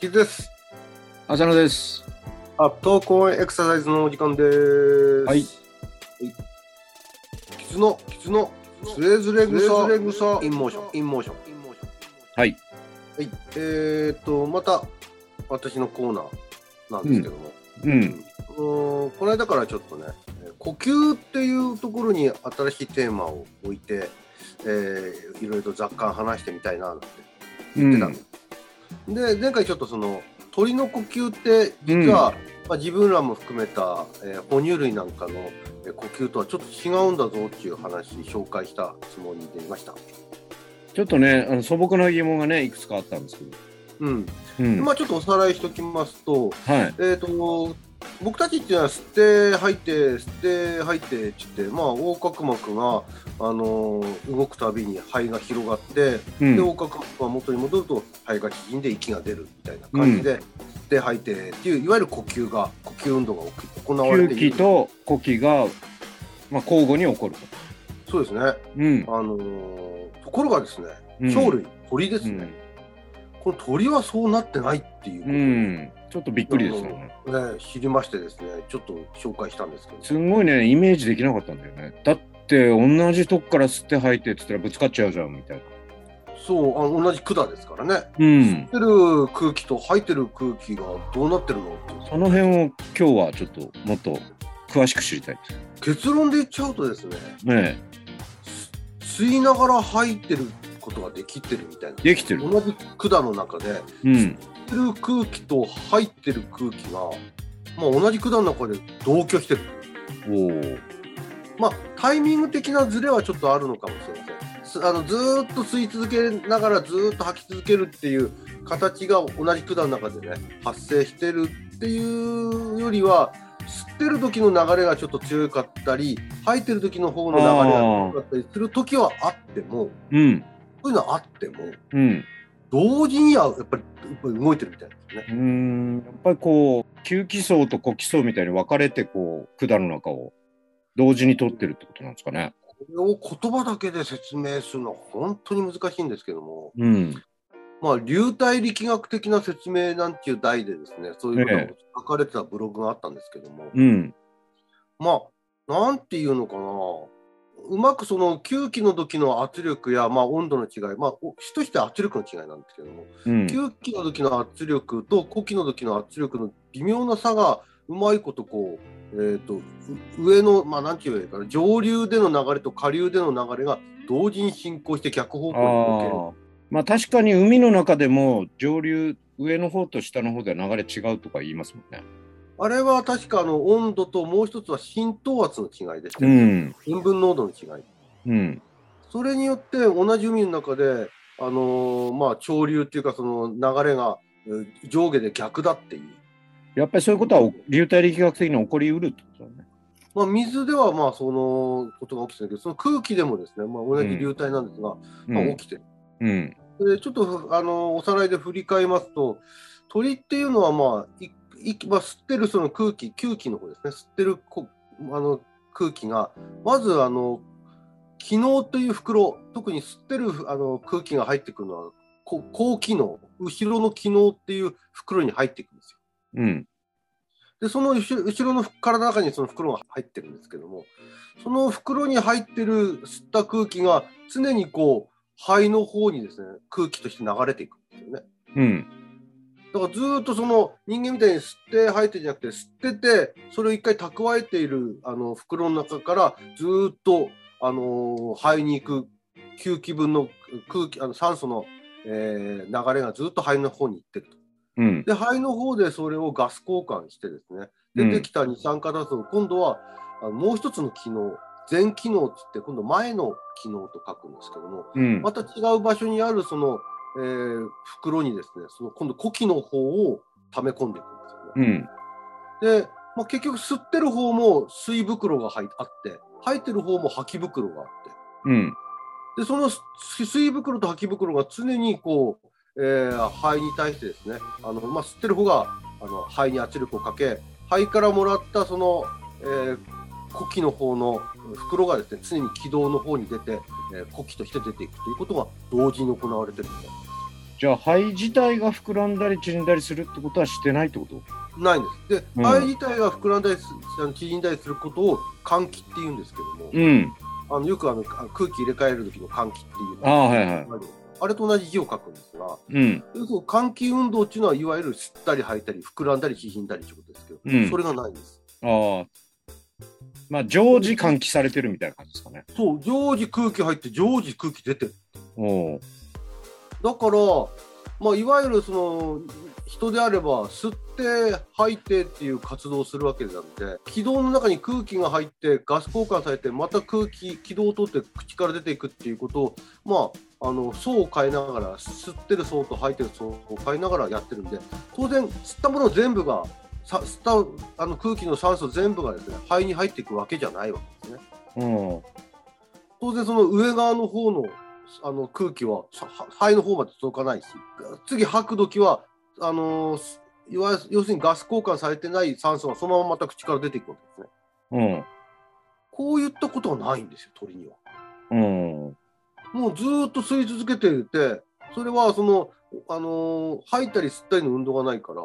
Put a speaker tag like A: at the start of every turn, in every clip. A: キズです。
B: 浅野です。
A: あ、投稿エクササイズのお時間です。
B: はい。
A: キズの、キズの、ズレズレ草、ズレズレ草、インモーション、インモーション。は
B: はい。
A: い。えーっと、また、私のコーナーなんですけども、
B: うん。
A: うーんこの間からちょっとね、えー呼吸っていうところに新しいテーマを置いて、えーいろいろと雑感話してみたいななんて
B: う
A: 言ってたので前回ちょっとその鳥の呼吸って実は、まあ、自分らも含めた、えー哺乳類なんかの、えー呼吸とはちょっと違うんだぞっていう話紹介したつもりでいました。
B: ちょっとね、あの素朴な疑問がね、いくつかあったんですけど。
A: うん
B: うん
A: まあ、ちょっとおさらいしときますと,、
B: はい。
A: えー、と僕たちっていうのは吸って吐いて吸って吐いてって言って、まあ、横隔膜が、あのー動くたびに肺が広がって
B: う
A: で
B: ん。
A: 横隔膜が元に戻ると肺が縮んで息が出るみたいな感じで、吸って吐いてっていういわゆる呼吸が呼吸運動が起き行われて
B: 吸
A: いる
B: 気と呼気が、まあ、交互に起こると。
A: そうですね
B: うん。
A: あのーところがですね、
B: うん
A: 鳥類、鳥です
B: う
A: ね
B: ん、。
A: この鳥はそうなってないっていう
B: う
A: こ
B: ん。ちょっとびっくりですね。
A: とをね、知りましてですね、ちょっと紹介したんですけど、
B: すんごいね、イメージできなかったんだよね。だって、同じとこから吸って吐いてって言ったらぶつかっちゃうじゃん、みたいな。
A: そう、あの同じ管ですからね、
B: うん。
A: 吸ってる空気と吐いてる空気がどうなってるのっていう
B: その辺を今日はちょっともっと詳しく知りたいです。
A: 結論で言っちゃうとですね、
B: ね
A: す吸いながら吐いてることができてるみたいな。
B: できてる
A: 同じ管の中で、
B: え。うん。
A: 吸ってる空気と吐いてる空気が、まあ、同じ管の中で同居してる。
B: おー
A: まあ、タイミング的なズレはちょっとあるのかもしれません。すあのずーっと吸い続けながらずーっと吐き続けるっていう形が同じ管の中でね発生してるっていうよりは吸ってる時の流れがちょっと強かったり吐いてる時の方の流れが強かったりする時はあっても
B: うん。
A: そういうのはあっても
B: うん。
A: 同時にはやっぱりやっぱり動いてるみたいですね。
B: うーんやっぱりこう吸気層と呼気層みたいに分かれてこう管の中を同時に取ってるってことなんですかね。
A: これを言葉だけで説明するのは本当に難しいんですけども。
B: うん。
A: まあ、流体力学的な説明なんていう題でですね、そういうことが書かれてたブログがあったんですけども、
B: うん。
A: まあ、なんていうのかな、うまくその吸気の時の圧力や、まあ、温度の違い、まあ、お主としては圧力の違いなんですけども、
B: うん。
A: 吸気の時の圧力と呼気の時の圧力の微妙な差がうまいことこう、えー、とう上の、まあ、なんて言えばいいかな、上流での流れと下流での流れが同時に進行して逆方向
B: あ
A: に向ける。
B: あ。まあ確かに海の中でも上流上の方と下の方では流れ違うとか言いますもんね。
A: あれは確かあの温度ともう一つは浸透圧の違いです
B: う
A: ね。
B: ん。
A: 塩分濃度の違い。
B: うん。
A: それによって同じ海の中で、あのーまあ、潮流っていうかその流れがえー上下で逆だっていう。
B: やっぱりそういうことはお流体力学的に起こりうるってことだね。
A: まあ、水ではまあそのことが起きてるけど、その空気でもですね、まあ、同じ流体なんですが、
B: う
A: まあ
B: ん。
A: 起きてる。
B: うん。
A: でちょっと、あのーおさらいで振り返りますと、鳥っていうのは、まあいいまあ、吸ってるその空気、吸気の方ですね、吸ってるこあの空気が、まずあの気能という袋、特に吸ってるあの空気が入ってくるのは、こ後気能、後ろの気能っていう袋に入ってくるんですよ。
B: うん。
A: で、その後ろ後ろの体の中にその袋が入ってるんですけども、その袋に入ってる吸った空気が常にこう肺の方にですね、空気として流れていくんですよね。
B: うん。
A: だからずーっとその人間みたいに吸って吐いてじゃなくて吸っててそれを一回蓄えているあの袋の中からずーっと、あのー肺に行く吸気分の空気あの酸素の、えー流れがずーっと肺の方に行ってると。
B: うん。
A: で肺の方でそれをガス交換してですね出てきた二酸化炭素を今度はあのもう一つの機能前機能っつって今度前の機能と書くんですけども
B: うん。
A: また違う場所にあるその、えー袋にですね、その今度、呼気の方を溜め込んでいくんですよね。
B: うん。
A: で、まあ、結局、吸ってる方も吸い袋が入あって、吐いてる方も吐き袋があって、
B: うん。
A: でその吸吸い袋と吐き袋が常にこう、えー肺に対してですねあの、まあ、吸ってる方があの肺に圧力をかけ肺からもらったその、えー呼気の方の袋がですね常に気道の方に出て、えー呼気として出ていくということが同時に行われてるんで
B: じゃあ肺自体が膨らんだり縮んだりするってことはしてないってこと
A: ないんですで、
B: うん
A: 肺自体が膨らんだりすあの縮んだりすることを換気っていうんですけども、
B: うん。
A: あのよくあのあ空気入れ替える時の換気っていう
B: ああ、はいはい。
A: あのあれと同じ字を書くんですが
B: うん。
A: 要するに換気運動っていうのはいわゆる吸ったり吐いたり膨らんだり縮んだりということですけど、
B: うん
A: それがないんです
B: ああ。まあ、常時換気されてるみたいな感じですかね。
A: そう常時空気入って常時空気出てる
B: おう
A: だから、まあ、いわゆるその人であれば吸って吐いてっていう活動をするわけなので気道の中に空気が入ってガス交換されてまた空気気道を通って口から出ていくっていうことを、まあ、あの層を変えながら吸ってる層と吐いてる層を変えながらやってるんで当然吸ったもの全部がさ吸ったあの空気の酸素全部がですね肺に入っていくわけじゃないわけですね。
B: おう
A: 当然その上側の方のあの空気はさは肺の方まで届かないし次吐く時はあのーすいわゆる要するにガス交換されてない酸素がそのまままた口から出ていくわけですね。
B: うん。
A: こういったことはないんですよ鳥には。
B: うん。
A: もうずーっと吸い続けていてそれはその、あのー吐いたり吸ったりの運動がないから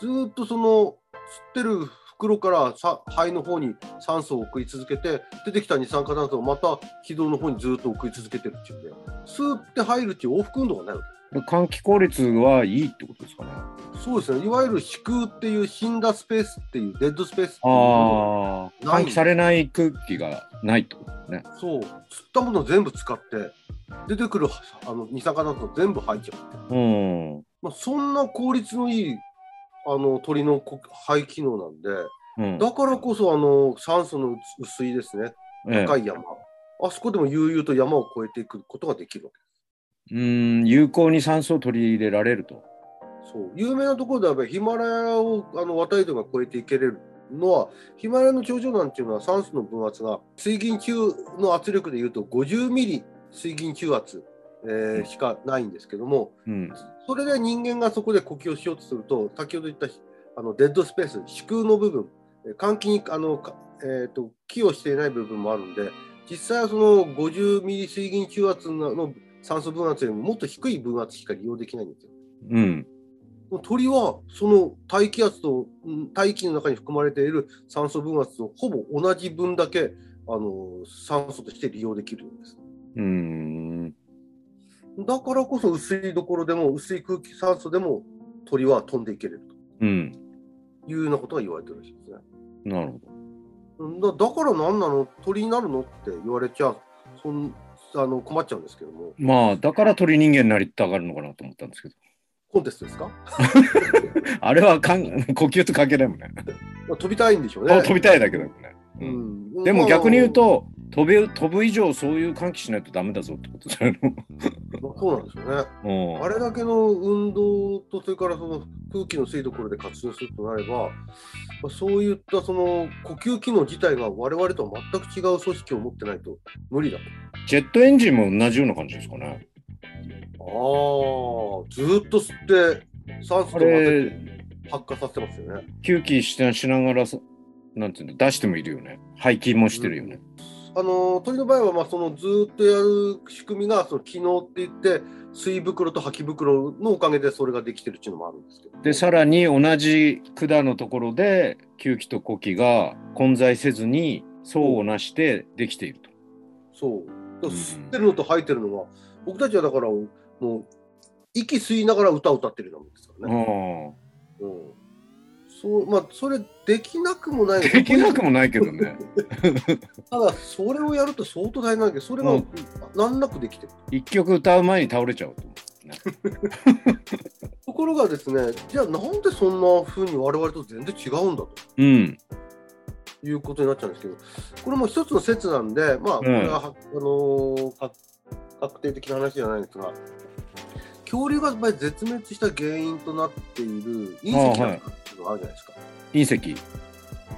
A: ずーっとその吸ってる袋からさ肺の方に酸素を送り続けて出てきた二酸化炭素をまた気道の方にずーっと送り続けてるっていうんで吸って入るっていう往復運動がないわ
B: 換気効率はいいってことですかね。
A: けそうですねいわゆる子宮っていう死んだスペースっていうデッドスペースっていうの
B: ああ。
A: ない
B: 換気されない空気がないってことですね。
A: をそう吸ったものを全部使って出てくるあの二酸化炭素を全部吐いちゃう。
B: うん。
A: まあ、そんな効率のいいあの鳥のこ肺機能なんで、
B: うん。
A: だからこそあの酸素の薄いですね、
B: ええ
A: 高い山、あそこでも悠々と山を越えていくことができるわ
B: うーん有効に酸素を取り入れられると。
A: けそう有名なところであればヒマラヤをあの渡り鳥が越えていけれるのは、ヒマラヤの頂上なんていうのは酸素の分圧が水銀中の圧力でいうと50ミリ水銀中圧、えー
B: うん
A: しかないんですけども、
B: うん、
A: それで人間がそこで呼吸をしようとすると、先ほど言ったあのデッドスペース、子宮の部分、えー換気にあの、かえー、と寄与していない部分もあるんで、実際はその50ミリ水銀中圧のの酸素分圧よりももっと低い分圧しか利用できないんですよ。
B: うん、
A: この鳥はその大気圧とうん大気の中に含まれている酸素分圧とほぼ同じ分だけあの酸素として利用できるんです。
B: うーん、
A: だからこそ薄いところでも薄い空気酸素でも鳥は飛んでいけれる。
B: うん、
A: いうようなことが言われてるらしいですね。
B: なるほど。
A: だだから何なの鳥になるのって言われちゃそんあの困っちゃうんですけども
B: まあ、だから鳥人間になりたがるのかなと思ったんですけど、
A: コンテストですか
B: あれはかん呼吸と関係ないもんね。
A: まあ飛びたいんでしょうね。
B: 飛びたいだけだもんね。
A: う
B: うん
A: ん
B: でも逆に言う、と飛べ、飛ぶ以上そういう換気しないとダメだぞってことじゃない
A: まあそうなんですよね。
B: のう ん
A: あれだけの運動とそれからその空気の吸いどころで活用するとなれば、まあそういったその呼吸機能自体が我々とは全く違う組織を持ってないと無理だと。
B: ジェットエンジンも同じような感じですかね。
A: ああずーっと吸って酸素と混
B: あ
A: ぜ
B: れ、
A: て発火させてますよね。
B: 吸気ししながらさ、なんていうの、出してもいるよね。排気もしてるよね。
A: あの鳥の場合は、まあ、そのずーっとやる仕組みがその機能って言って水袋と吐き袋のおかげでそれができてるっていうのもあるんですけど
B: でさらに同じ管のところで吸気と呼気が混在せずに層をなしてできていると。
A: そうだから
B: うん
A: 吸ってるのと吐いてるのは、僕たちはだからもう息吸いながら歌を歌ってるようなもんですからね、うんそうまあ、それできなくもない
B: うんできなくもないけ どね
A: ただそれをやると相当大変なんだけどそれが
B: うん
A: 難なくできてる
B: 一曲歌う前に倒れちゃうと思う、ね。
A: ところがですねじゃあなんでそんな風に我々と全然違うんだと。
B: うん
A: いうことになっちゃうんですけど、これも一つの説なんで、まあ、これはは、あのーか確定的な話じゃないんですが、恐竜がやっぱり絶滅した原因となっている隕石だったっていうのがあるじゃないですか。
B: 隕石。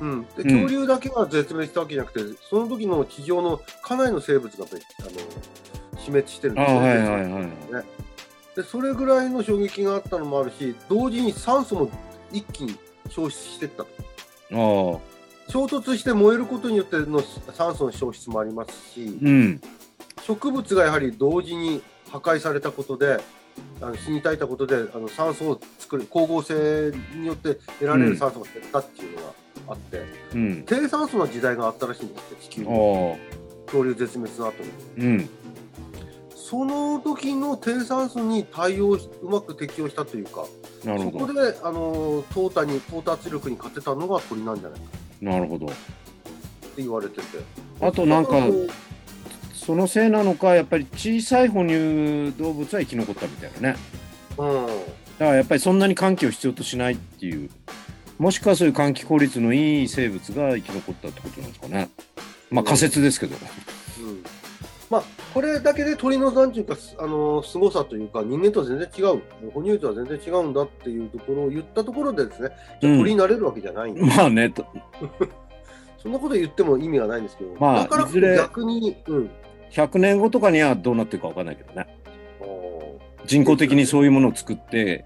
A: うん、で
B: うん
A: 恐竜だけが絶滅したわけじゃなくて、その時の地上のかなりの生物がやっぱりあの死滅してるん
B: あ
A: です
B: あ
A: ね
B: はいはいはい。
A: でそれぐらいの衝撃があったのもあるし同時に酸素も一気に消失してったと
B: ああ、
A: 衝突して燃えることによっての酸素の消失もありますし
B: うん。
A: 植物がやはり同時に破壊されたことであの死に絶えたことであの酸素を作る光合成によって得られる酸素が減ったっていうのがあって、
B: うん。
A: 低酸素の時代があったらしいんですよ地球
B: あ
A: の
B: あ、
A: 恐竜絶滅の後に。
B: うん。
A: その時の低酸素に対応しうまく適応したというか
B: なる
A: そこ
B: ほど。
A: であの淘汰に到達力に勝てたのが鳥なんじゃないか
B: なるほど。
A: って言われてて
B: あとなんか
A: だらこう
B: そのせいなのか、やっぱり小さい哺乳動物は生き残ったみたいなね。
A: うん
B: だからやっぱりそんなに換気を必要としないっていう、もしくはそういう換気効率のいい生物が生き残ったってことなんですかね。まあ仮説ですけど。
A: うんまあ、これだけで鳥のなんていうか、すあのー、凄さというか、人間とは全然違う、哺乳とは全然違うんだっていうところを言ったところで、ですねじゃあ
B: うん
A: 鳥になれるわけじゃないんで、
B: まあね、と
A: そんなこと言っても意味がないんですけど、
B: まあ
A: だからこ
B: い
A: そ
B: ずれ
A: 逆に、うん、
B: 100年後とかにはどうなってるかわかんないけどね。
A: あー
B: 人工的にそういうものを作って、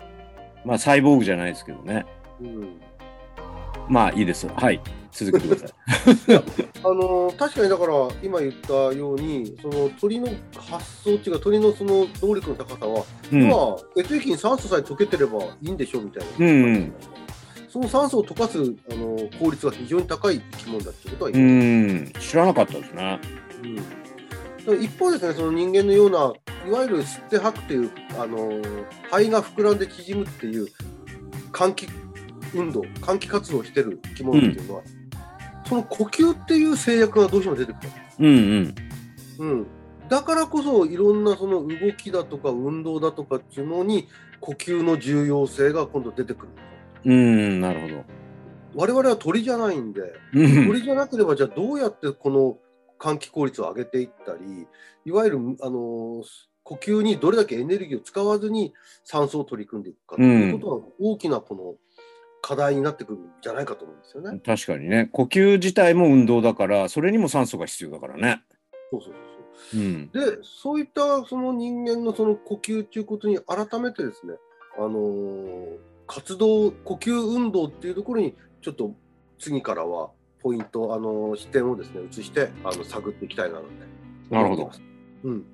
B: まあサイボーグじゃないですけどね。
A: うん
B: まあいいです。はい。続けてください。
A: あのー確かにだから、今言ったように、その鳥の発想っていうか、鳥のその動力の高さは、
B: う ん。
A: まあ、血液に酸素さえ溶けてればいいんでしょうみたいな。
B: うんうん
A: その酸素を溶かすあのー効率が非常に高い生き物だってことは
B: う
A: 言える
B: ん。知らなかったですね。
A: うんだから一方ですね、その人間のような、いわゆる吸って吐くという、あのー肺が膨らんで縮むっていう、換気運動、換気活動をしてる生き物っていうのは、その呼吸っていう制約がどうしても出てくる。
B: うんうん。
A: うん。だからこそ、いろんなその動きだとか運動だとかっていうのに、呼吸の重要性が今度出てくる。
B: うん、なるほど。
A: 我々は鳥じゃないんで、
B: うん。
A: 鳥じゃなければ、じゃあどうやってこの換気効率を上げていったり、いわゆるあの呼吸にどれだけエネルギーを使わずに酸素を取り組んでいくかということが大きなこの課題になってくるんじゃないかと思うんですよね。
B: 確かにね。呼吸自体も運動だから、それにも酸素が必要だからね。
A: そうそう
B: うん。
A: そうそうで、そういったその人間のその呼吸ということに改めてですね、あの活動、呼吸運動っていうところに、ちょっと次からはポイント、あの視点をですね、移してあの探っていきたいなので。
B: なるほど。。
A: うん。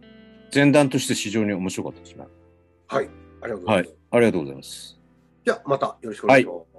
B: 前段として非常に面白かったですね。
A: はい。ありがとうござ
B: はい
A: ます。
B: い。ありがとうございます。
A: じゃあ、またよろしくお願いします。